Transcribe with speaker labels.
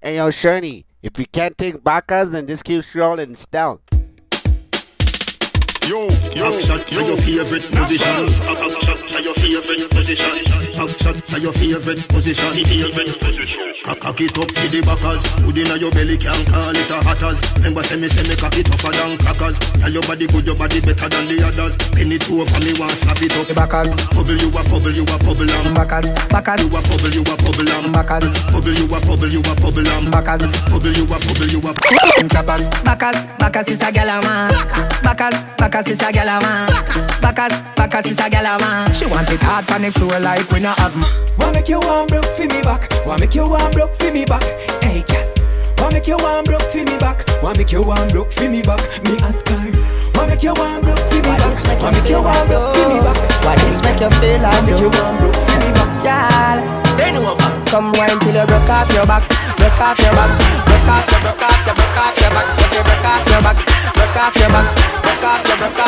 Speaker 1: Hey, yo, Sherney, if you can't take Bacchus, then just keep strolling stealth.
Speaker 2: Yo, yo, upshot to your favorite position. Upshot to your favorite position. Upshot to your favorite position. Favorite position. Cock it up to the backers. Hood inna your belly can call it a hatters. Remember say me say me cock it tougher than crackers. Tell your body good, your body better than the others. Penny two over me want slap it up.
Speaker 3: The backers.
Speaker 2: Bubble you a bubble you a bubble am.
Speaker 3: Backers, backers,
Speaker 2: You a bubble you a bubble am.
Speaker 3: backers,
Speaker 2: Bubble you a bubble you a bubble am.
Speaker 3: backers.
Speaker 2: Bubble you a bubble you a.
Speaker 3: Clappers, backers, backers is a gal I want. Backers, backers is a gal I want. Backers, backers is a gal I want. She want it hard on the floor like we not have.
Speaker 4: Why make you one broke for me back? Why make you one broke for me back? Hey cat, why make you one broke for me back? Why make you one broke for me back? Me ask her, why make you one broke for me
Speaker 5: this make
Speaker 4: back? Why
Speaker 5: you
Speaker 4: make you
Speaker 5: feel
Speaker 4: one
Speaker 5: like
Speaker 4: broke for me
Speaker 5: though?
Speaker 4: back?
Speaker 5: Why this make you feel
Speaker 4: Why
Speaker 5: like
Speaker 4: make you
Speaker 5: though?
Speaker 4: one broke for me back?
Speaker 5: Girl, come wine till you broke off your back, broke off your back, broke off your, broke off your, broke off your back, if you broke off your back, broke off your back, broke off your, broke